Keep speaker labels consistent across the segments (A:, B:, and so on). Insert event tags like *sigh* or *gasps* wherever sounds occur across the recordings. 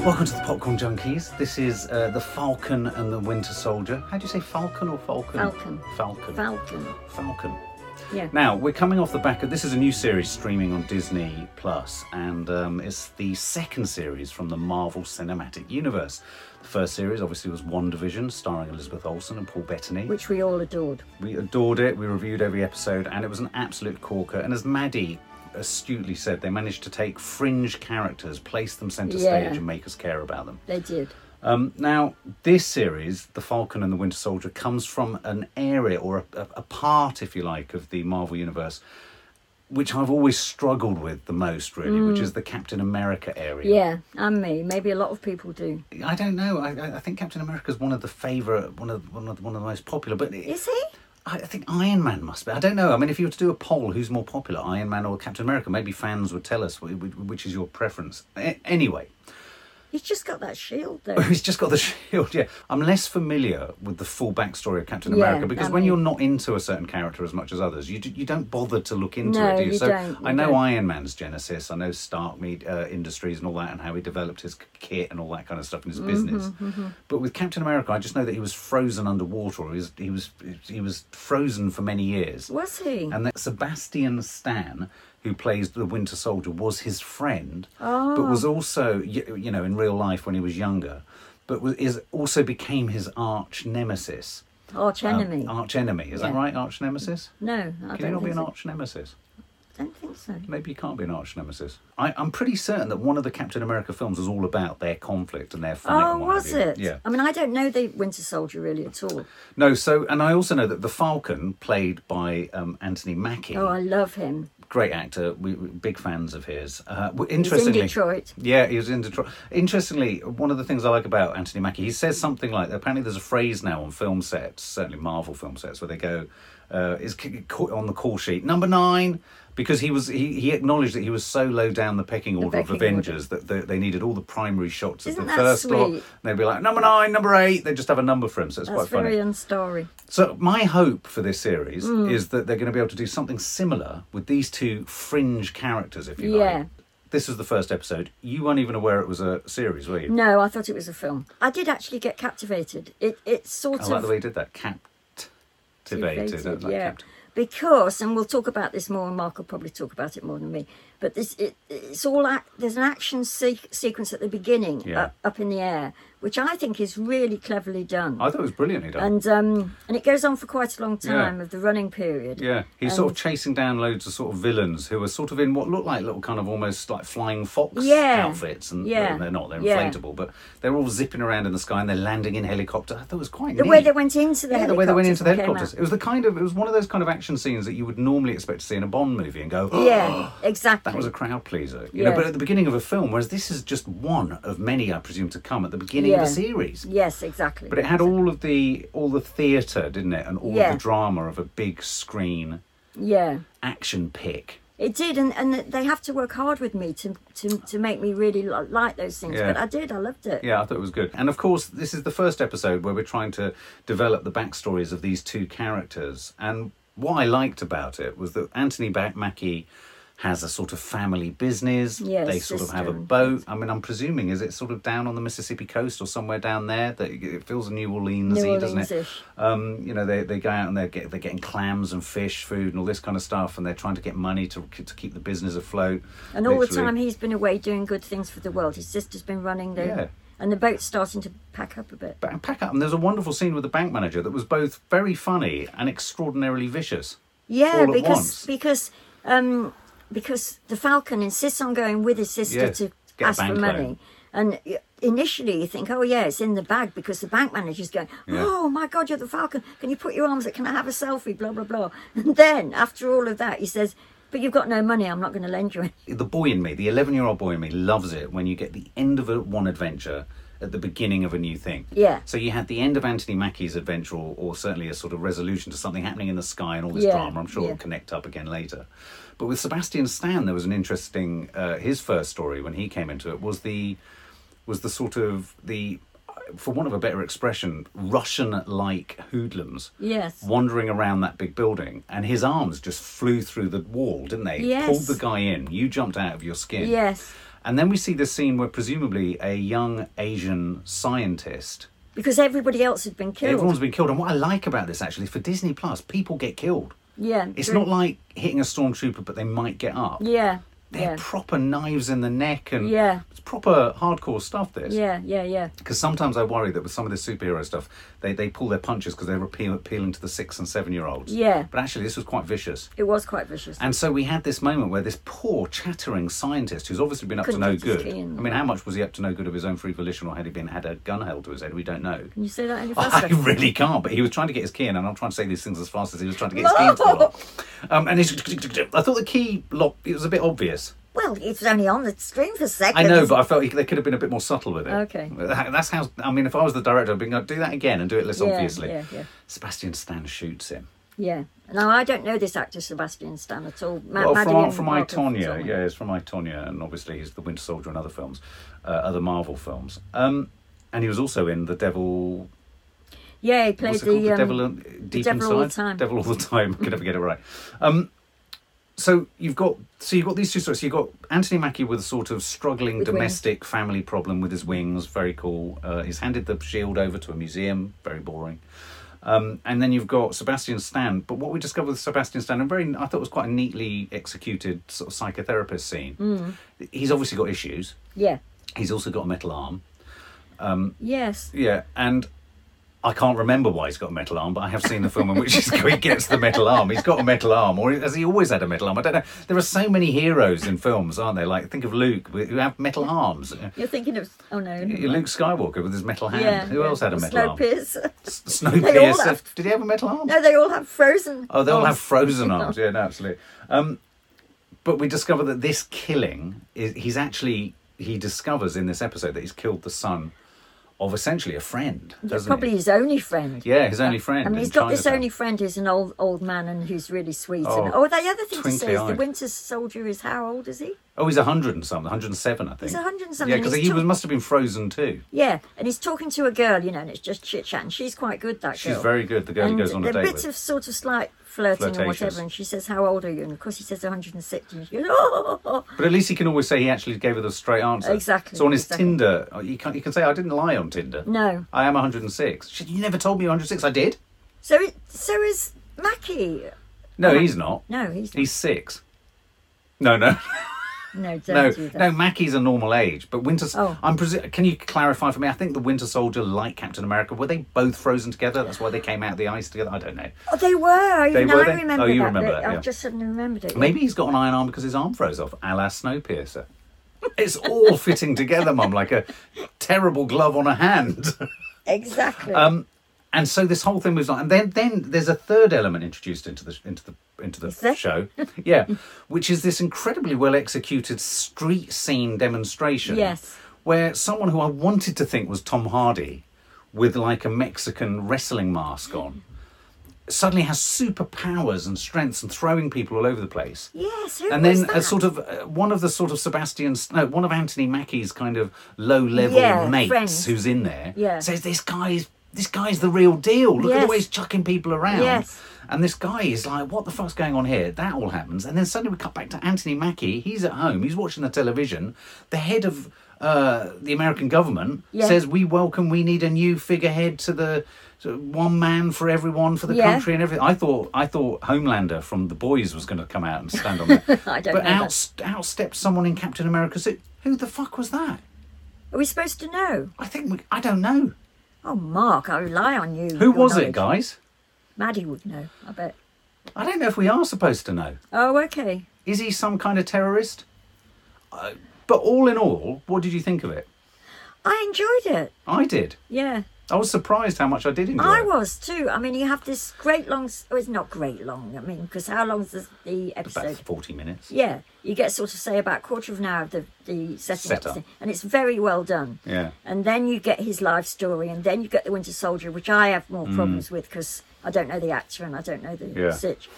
A: Popcorn Junkies. This is uh, The Falcon and the Winter Soldier. How do you say Falcon or Falcon?
B: Falcon.
A: Falcon.
B: Falcon.
A: Falcon.
B: Yeah.
A: Now, we're coming off the back of this is a new series streaming on Disney Plus, and um, it's the second series from the Marvel Cinematic Universe. The first series, obviously, was One Division, starring Elizabeth Olsen and Paul Bettany.
B: Which we all adored.
A: We adored it. We reviewed every episode, and it was an absolute corker. And as Maddie astutely said, they managed to take fringe characters, place them centre
B: Yeah.
A: stage, and make us care about them.
B: They did.
A: Um, now, this series, The Falcon and the Winter Soldier, comes from an area or a, a, a part, if you like, of the Marvel Universe, which I've always struggled with the most, really, which is the Captain America area.
B: Yeah, and me. Maybe a lot of people do.
A: I don't know. I- I, I think Captain America is one of the favourite, one of one of the, one of the most popular. But it-
B: Is he?
A: I, I think Iron Man must be. I don't know. I mean, if you were to do a poll, who's more popular, Iron Man or Captain America? Maybe fans would tell us wh- wh- which is your preference. A- anyway,
B: He's just got that shield *laughs* though.
A: *laughs* he's just got the shield. Yeah, I'm less familiar with the full backstory of Captain
B: Yeah,
A: America because
B: I
A: when
B: mean-
A: you're not into a certain character as much as others, you d- you don't bother to look into
B: No,
A: it. Do you?
B: you
A: so
B: don't, you
A: I know
B: don't.
A: Iron Man's genesis. I know Stark Meat uh, Industries and all that, and how he developed his k- kit and all that kind of stuff in
B: Mm-hmm,
A: his business. But with Captain America, I just know that he was frozen underwater. He was he was he was frozen for many years.
B: Was he?
A: And that Sebastian Stan, who plays the Winter Soldier, was his friend, but was
B: Ah.
A: also, y- you know, in real life when he was younger, but was, is also became his arch nemesis.
B: Arch
A: Um,
B: enemy.
A: arch enemy, is that
B: Yeah.
A: right? Arch nemesis?
B: no, I
A: Can you
B: don't
A: not be
B: think
A: an
B: so.
A: arch nemesis?
B: I don't think so.
A: Maybe you can't be an arch nemesis. I, I'm pretty certain that one of the Captain America films was all about their conflict and their fight.
B: Oh,
A: and what have
B: was
A: you.
B: it?
A: Yeah.
B: I mean, I don't know the Winter Soldier really at all.
A: No, so, and I also know that The Falcon, played by um, Anthony Mackie,
B: Oh, I love him.
A: great actor. We, we big fans of his. Uh, w-
B: He's in
A: interestingly,
B: Detroit.
A: yeah, he was in Detroit. Interestingly, one of the things I like about Anthony Mackie, he says something like, apparently there's a phrase now on film sets, certainly Marvel film sets, where they go, uh, is c- c- on the call sheet number nine because he was he, he acknowledged that he was so low down the pecking order
B: pecking
A: of Avengers that they, they needed all the primary shots
B: Isn't
A: of the
B: that
A: first lot.
B: sweet?
A: They'd be like number nine, number eight. They just have a number for him, so it's
B: That's
A: quite funny.
B: very unstarry.
A: So my hope for this series
B: Hmm.
A: is that they're going to be able to do something similar with these two fringe characters, if you
B: Yeah.
A: like. This was the first episode. You weren't even aware it was a series, were you?
B: No, I thought it was a film. I did actually get captivated. It it's sort
A: I like
B: of
A: the way you did that. Captivated. I like
B: yeah.
A: capt-
B: Because, and we'll talk about this more, and Mark will probably talk about it more than me. But this, it, it's all ac there's an action se- sequence at the beginning,
A: Yeah.
B: up, up in the air, which I think is really cleverly done.
A: I thought it was brilliantly done.
B: and um, and it goes on for quite a long
A: Yeah.
B: time of the running period.
A: yeah, he's sort of chasing down loads of sort of villains who are sort of in what look like little kind of almost like flying fox
B: Yeah.
A: outfits, and
B: Yeah.
A: well, they're not, they're
B: Yeah.
A: inflatable, but they're all zipping around in the sky and they're landing in helicopter. I thought it was quite
B: The
A: neat.
B: way they went into the
A: Yeah,
B: helicopters.
A: the way they went into the
B: and came
A: helicopters.
B: out.
A: It was the kind of it was one of those kind of action scenes that you would normally expect to see in a Bond movie and go, oh,
B: Yeah,
A: *gasps*
B: exactly.
A: that was a crowd pleaser. You know,
B: Yeah.
A: but at the beginning of a film, whereas this is just one of many, I presume, to come at the beginning of
B: Yeah.
A: a series.
B: yes, exactly.
A: But it had all of the all the theatre, didn't it? And all
B: Yeah.
A: the drama of a big screen
B: yeah.
A: action pick.
B: It did, and, and they have to work hard with me to to, to make me really li- like those things.
A: Yeah.
B: But I did, I loved it.
A: Yeah, I thought it was good. And of course, this is the first episode where we're trying to develop the backstories of these two characters. And what I liked about it was that Anthony Ba- Mackie has a sort of family business.
B: Yeah,
A: they
B: his
A: sort of have a
B: sister.
A: boat. I mean, I'm presuming is it sort of down on the Mississippi coast or somewhere down there that it feels New Orleans,
B: New
A: doesn't it?
B: Orleans-ish.
A: Um, you know, they, they go out and they're, get, they're getting clams and fish food and all this kind of stuff, and they're trying to get money to to keep the business afloat.
B: And all the
A: Literally.
B: time he's been away doing good things for the world. His sister's been running the
A: Yeah.
B: and the boat's starting to pack up a bit.
A: ba- pack up. And there's a wonderful scene with the bank manager that was both very funny and extraordinarily vicious.
B: Yeah,
A: all at
B: because
A: once.
B: because um because the Falcon insists on going with his sister
A: Yes,
B: to
A: get a
B: ask for
A: bank
B: money.
A: loan.
B: And y- initially you think, oh yeah, it's in the bag because the bank manager's going,
A: Yeah.
B: oh my God, you're the Falcon. Can you put your arms up? Can I have a selfie? Blah blah blah. *laughs* And then after all of that, he says, but you've got no money. I'm not going to lend you any. *laughs*
A: The boy in me, the 11 year old boy in me, loves it when you get the end of a, one adventure at the beginning of a new thing.
B: Yeah.
A: So you had the end of Anthony Mackie's adventure, or, or certainly a sort of resolution to something happening in the sky and all this
B: Yeah,
A: drama. I'm sure it'll
B: yeah.
A: connect up again later. But with Sebastian Stan, there was an interesting. Uh, his first story when he came into it was the was the sort of the, for want of a better expression, Russian-like hoodlums.
B: Yes.
A: wandering around that big building, and his arms just flew through the wall, didn't they?
B: Yes.
A: Pulled the guy in. You jumped out of your skin.
B: Yes.
A: And then we see this scene where presumably a young Asian scientist
B: because everybody else had been killed.
A: Everyone's been killed. And what I like about this actually for Disney Plus, people get killed.
B: yeah,
A: It's
B: true.
A: not like hitting a stormtrooper, but they might get up.
B: yeah,
A: They're
B: yeah,
A: proper knives in the neck and
B: Yeah.
A: it's proper hardcore stuff. This
B: yeah, yeah, yeah.
A: because sometimes I worry that with some of this superhero stuff, they, they pull their punches because they're appeal, appealing to the six and seven year olds.
B: Yeah.
A: But actually, this was quite vicious.
B: It was quite vicious.
A: And so we had this moment where this poor chattering scientist, who's obviously been up
B: Couldn't
A: to no
B: get his
A: good.
B: key in.
A: I mean, how much was he up to no good of his own free volition, or had he been had a gun held to his head? We don't know.
B: Can you say that any
A: Oh, *laughs* I
B: faster?
A: really can't, but he was trying to get his key in, and I'm trying to say these things as fast as he was trying to get his key into the lock. Um, and he's, *laughs* I thought the key lock, it was a bit obvious.
B: well, it was only on the screen for
A: I
B: seconds.
A: know, but I felt he- they could have been a bit more subtle with it.
B: Okay.
A: That's how. I mean, if I was the director, I'd be like, do that again and do it less
B: Yeah,
A: obviously.
B: yeah, yeah.
A: Sebastian Stan shoots him.
B: yeah. Now I don't know this actor Sebastian Stan at all. Ma-
A: Well,
B: Maddie
A: from,
B: and
A: from I
B: Margaret told
A: Tonya,
B: me.
A: yeah, it's from I Tonya, and obviously he's the Winter Soldier in other films, uh, other Marvel films. Um, and he was also in The Devil.
B: yeah. He played
A: What's it called?
B: the,
A: the
B: um,
A: Devil uh, Deep
B: Devil
A: Inside.
B: All the Time.
A: Devil all the time. *laughs* Could never get it right. Um, so you've got so you've got these two stories. You've got Anthony Mackie with a sort of struggling
B: With wings.
A: domestic family problem with his wings. Very cool. Uh, he's handed the shield over to a museum. Very boring. Um, and then you've got Sebastian Stan. But what we discovered with Sebastian Stan, and very, I thought was quite a neatly executed sort of psychotherapist scene.
B: Mm.
A: He's obviously got issues.
B: yeah.
A: He's also got a metal arm.
B: Yes.
A: Yeah, and I can't remember why he's got a metal arm, but I have seen the film in which *laughs* he's, he gets the metal arm. He's got a metal arm, or has he always had a metal arm? I don't know. There are so many heroes in films, aren't there? Like think of Luke who have metal arms.
B: You're thinking of oh no.
A: Luke Skywalker with his metal hand. Who else had a metal arm?
B: Snowpiercer.
A: S-
B: They all
A: Snowpiercer.
B: have-
A: Did he have a metal arm?
B: *laughs* No, they all have frozen.
A: Oh, they'll
B: arms.
A: have frozen arms. Yeah, no, absolutely. Um, but we discover that this killing is he's actually he discovers in this episode that he's killed the son of essentially a friend, doesn't he?
B: Probably his only friend.
A: Yeah, his only friend.
B: I mean,
A: in
B: he's got this
A: Chinatown.
B: only friend who's an old old man and who's really sweet. and,
A: Oh,
B: oh the other thing to say is the
A: twinkly-eyed.
B: Winter Soldier is how old is he?
A: Oh, he's a hundred and something, hundred and seven, I think.
B: He's 100 and something,
A: Yeah, because
B: he's
A: he
B: tall.
A: was, must have been frozen too.
B: Yeah, and he's talking to a girl, you know, and it's just chit chat, and she's quite good. That
A: She's
B: girl.
A: very good. The girl
B: and
A: he goes on a
B: they're
A: date
B: bits
A: with.
B: of sort of slight flirting and
A: Flirtatious.
B: whatever, and she says, "How old are you?" And of course, he says 160, and she goes, "Oh,
A: But at least he can always say he actually gave her the straight answer.
B: Exactly,
A: So on his
B: exactly.
A: Tinder, oh, you can you can say I didn't lie on Tinder.
B: no."
A: I am 106. She, you never told me you're 106. I did.
B: So, it, so is Mackie.
A: No, he's not.
B: No, he's
A: He's six. No, no, *laughs*
B: no, don't
A: no,
B: do that.
A: no. Mackie's a normal age, but Winter.
B: Oh.
A: I'm. Presu- can you clarify for me? I think the Winter Soldier, like Captain America, were they both frozen together? That's why they came out of the ice together. I don't know.
B: Oh, they were. I,
A: They
B: now
A: were,
B: I
A: they-
B: remember
A: oh, you
B: that.
A: remember
B: bit.
A: that,
B: I've
A: yeah.
B: just suddenly remembered it.
A: Maybe he's got an iron arm because his arm froze off, a la Snowpiercer. It's all fitting together, Mum, like a terrible glove on a hand.
B: Exactly.
A: Um, and so this whole thing moves on, and then then there's a third element introduced into the into the into the
B: there?
A: show, *laughs* yeah, which is this incredibly well executed street scene demonstration.
B: Yes.
A: where someone who I wanted to think was Tom Hardy, with like a Mexican wrestling mask on, suddenly has superpowers and strengths and throwing people all over the place
B: yes. Who
A: and
B: was
A: then a
B: that?
A: sort of uh, one of the sort of Sebastian's no, one of Anthony Mackie's kind of low level
B: Yeah,
A: mates
B: friends.
A: who's in there
B: Yeah.
A: says this guy's this guy's the real deal. Look at the
B: Yes.
A: way he's chucking people around.
B: Yes.
A: And this guy is like, what the fuck's going on here? That all happens. And then suddenly we cut back to Anthony Mackie. He's at home. He's watching the television. The head of uh, the American government
B: Yeah.
A: says, we welcome, we need a new figurehead to the to one man for everyone, for the
B: Yeah.
A: country and everything. I thought I thought Homelander from The Boys was going to come out and
B: *laughs*
A: stand on that.
B: I don't
A: but
B: know
A: out st- out steps someone in Captain America suit. Who the fuck was that?
B: Are we supposed to know?
A: I think we, I don't know.
B: Oh, Mark, I rely on you.
A: Who
B: your
A: was it,
B: knowledge.
A: guys?
B: Maddie would know. I bet.
A: I don't know if we are supposed to know.
B: Oh, okay.
A: Is he some kind of terrorist? Uh, but all in all, what did you think of it?
B: I enjoyed it.
A: I did.
B: Yeah.
A: I was surprised how much I did enjoy.
B: I
A: it.
B: was too. I mean, you have this great long. s- Oh, it's not great long. I mean, because how long's the, the
A: About
B: episode?
A: forty minutes.
B: Yeah, you get sort of say about a quarter of an hour of the, the setting
A: Set
B: up,
A: up.
B: thing, and it's very well done.
A: Yeah.
B: And then you get his life story, and then you get the Winter Soldier, which I have more problems with because I don't know the actor and I don't know the
A: Mm. Yeah.
B: sitch.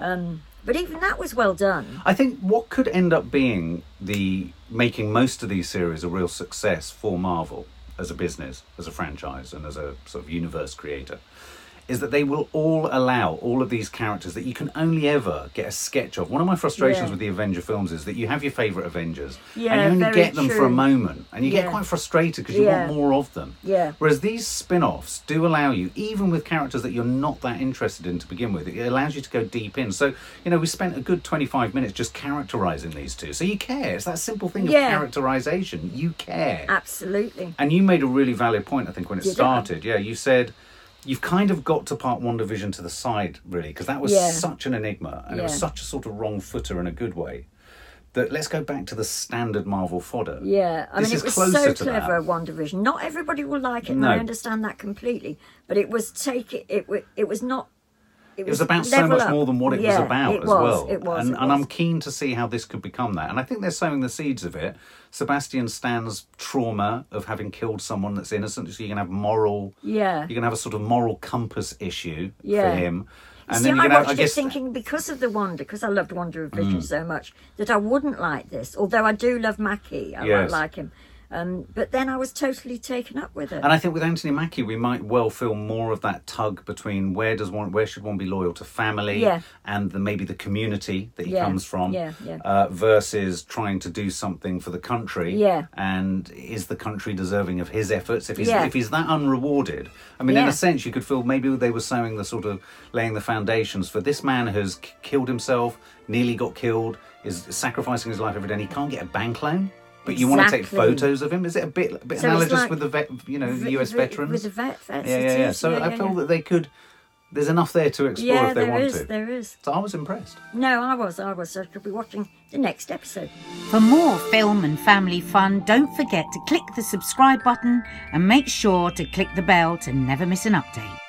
B: Um, but even that was well done.
A: I think what could end up being the making most of these series a real success for Marvel as a business, as a franchise, and as a sort of universe creator is that they will all allow all of these characters that you can only ever get a sketch of. One of my frustrations
B: Yeah.
A: with the Avenger films is that you have your favourite Avengers
B: Yeah,
A: and you only
B: very
A: get them for a
B: true.
A: moment and you get
B: Yeah.
A: quite frustrated because you
B: Yeah.
A: want more of them.
B: Yeah.
A: Whereas these spin offs do allow you, even with characters that you're not that interested in to begin with, it allows you to go deep in. So, you know, we spent a good 25 minutes just characterising these two. So you care. It's that simple thing of
B: Yeah.
A: characterisation. You care.
B: Absolutely.
A: And you made a really valid point, I think, when it
B: Did I?
A: started. Yeah, you said you've kind of got to part one division to the side, really, because that was
B: Yeah.
A: such an enigma and it was
B: Yeah.
A: such a sort of wrong footer in a good way. That let's go back to the standard Marvel fodder.
B: Yeah, I
A: This
B: mean,
A: is
B: it was
A: closer
B: so
A: to that.
B: clever. One Division. Not everybody will like it, and
A: No.
B: I understand that completely. But it was take it. It, wa- it was not. It,
A: It was about so
B: level
A: much
B: up.
A: more than what it was
B: Yeah,
A: about
B: it
A: as
B: was,
A: well.
B: It was.
A: and,
B: it
A: and I'm
B: was.
A: keen to see how this could become that. And I think they're sowing the seeds of it. Sebastian Stan's trauma of having killed someone that's innocent, so you can have moral,
B: Yeah.
A: you're gonna have a sort of moral compass issue
B: Yeah.
A: for him. And
B: See,
A: you're
B: I
A: gonna have-
B: watched it thinking because of the Wonder, because I loved Wonder of
A: Mm.
B: Vision so much that I wouldn't like this. Although I do love Mackie, I
A: Yes.
B: might like him. Um, but then I was totally taken up with it.
A: And I think with Anthony Mackie, we might well feel more of that tug between where does one, where should one be loyal to family
B: Yeah.
A: and the, maybe the community that he
B: Yeah,
A: comes from,
B: yeah, yeah.
A: Uh, versus trying to do something for the country.
B: Yeah.
A: And is the country deserving of his efforts? If he's
B: Yeah.
A: if he's that unrewarded, I mean, in
B: Yeah.
A: a sense, you could feel maybe they were sowing the sort of laying the foundations for this man has k- killed himself, nearly got killed, is sacrificing his life every day, and he can't get a bank loan. But you want to take
B: Exactly.
A: photos of him? Is it a bit, a bit
B: So it's
A: analogous
B: like-
A: with the vet, you know,
B: V-
A: US
B: v-
A: veterans.
B: with the vet, vets,
A: yeah,
B: it
A: yeah, yeah.
B: is,
A: So
B: yeah,
A: I
B: yeah,
A: feel
B: yeah.
A: that they could. There's enough there to explore
B: yeah,
A: if they
B: there
A: want
B: is,
A: to.
B: there is.
A: So I was impressed.
B: No, I was, I was. I could be watching the next episode.
C: For more film and family fun, don't forget to click the subscribe button and make sure to click the bell to never miss an update.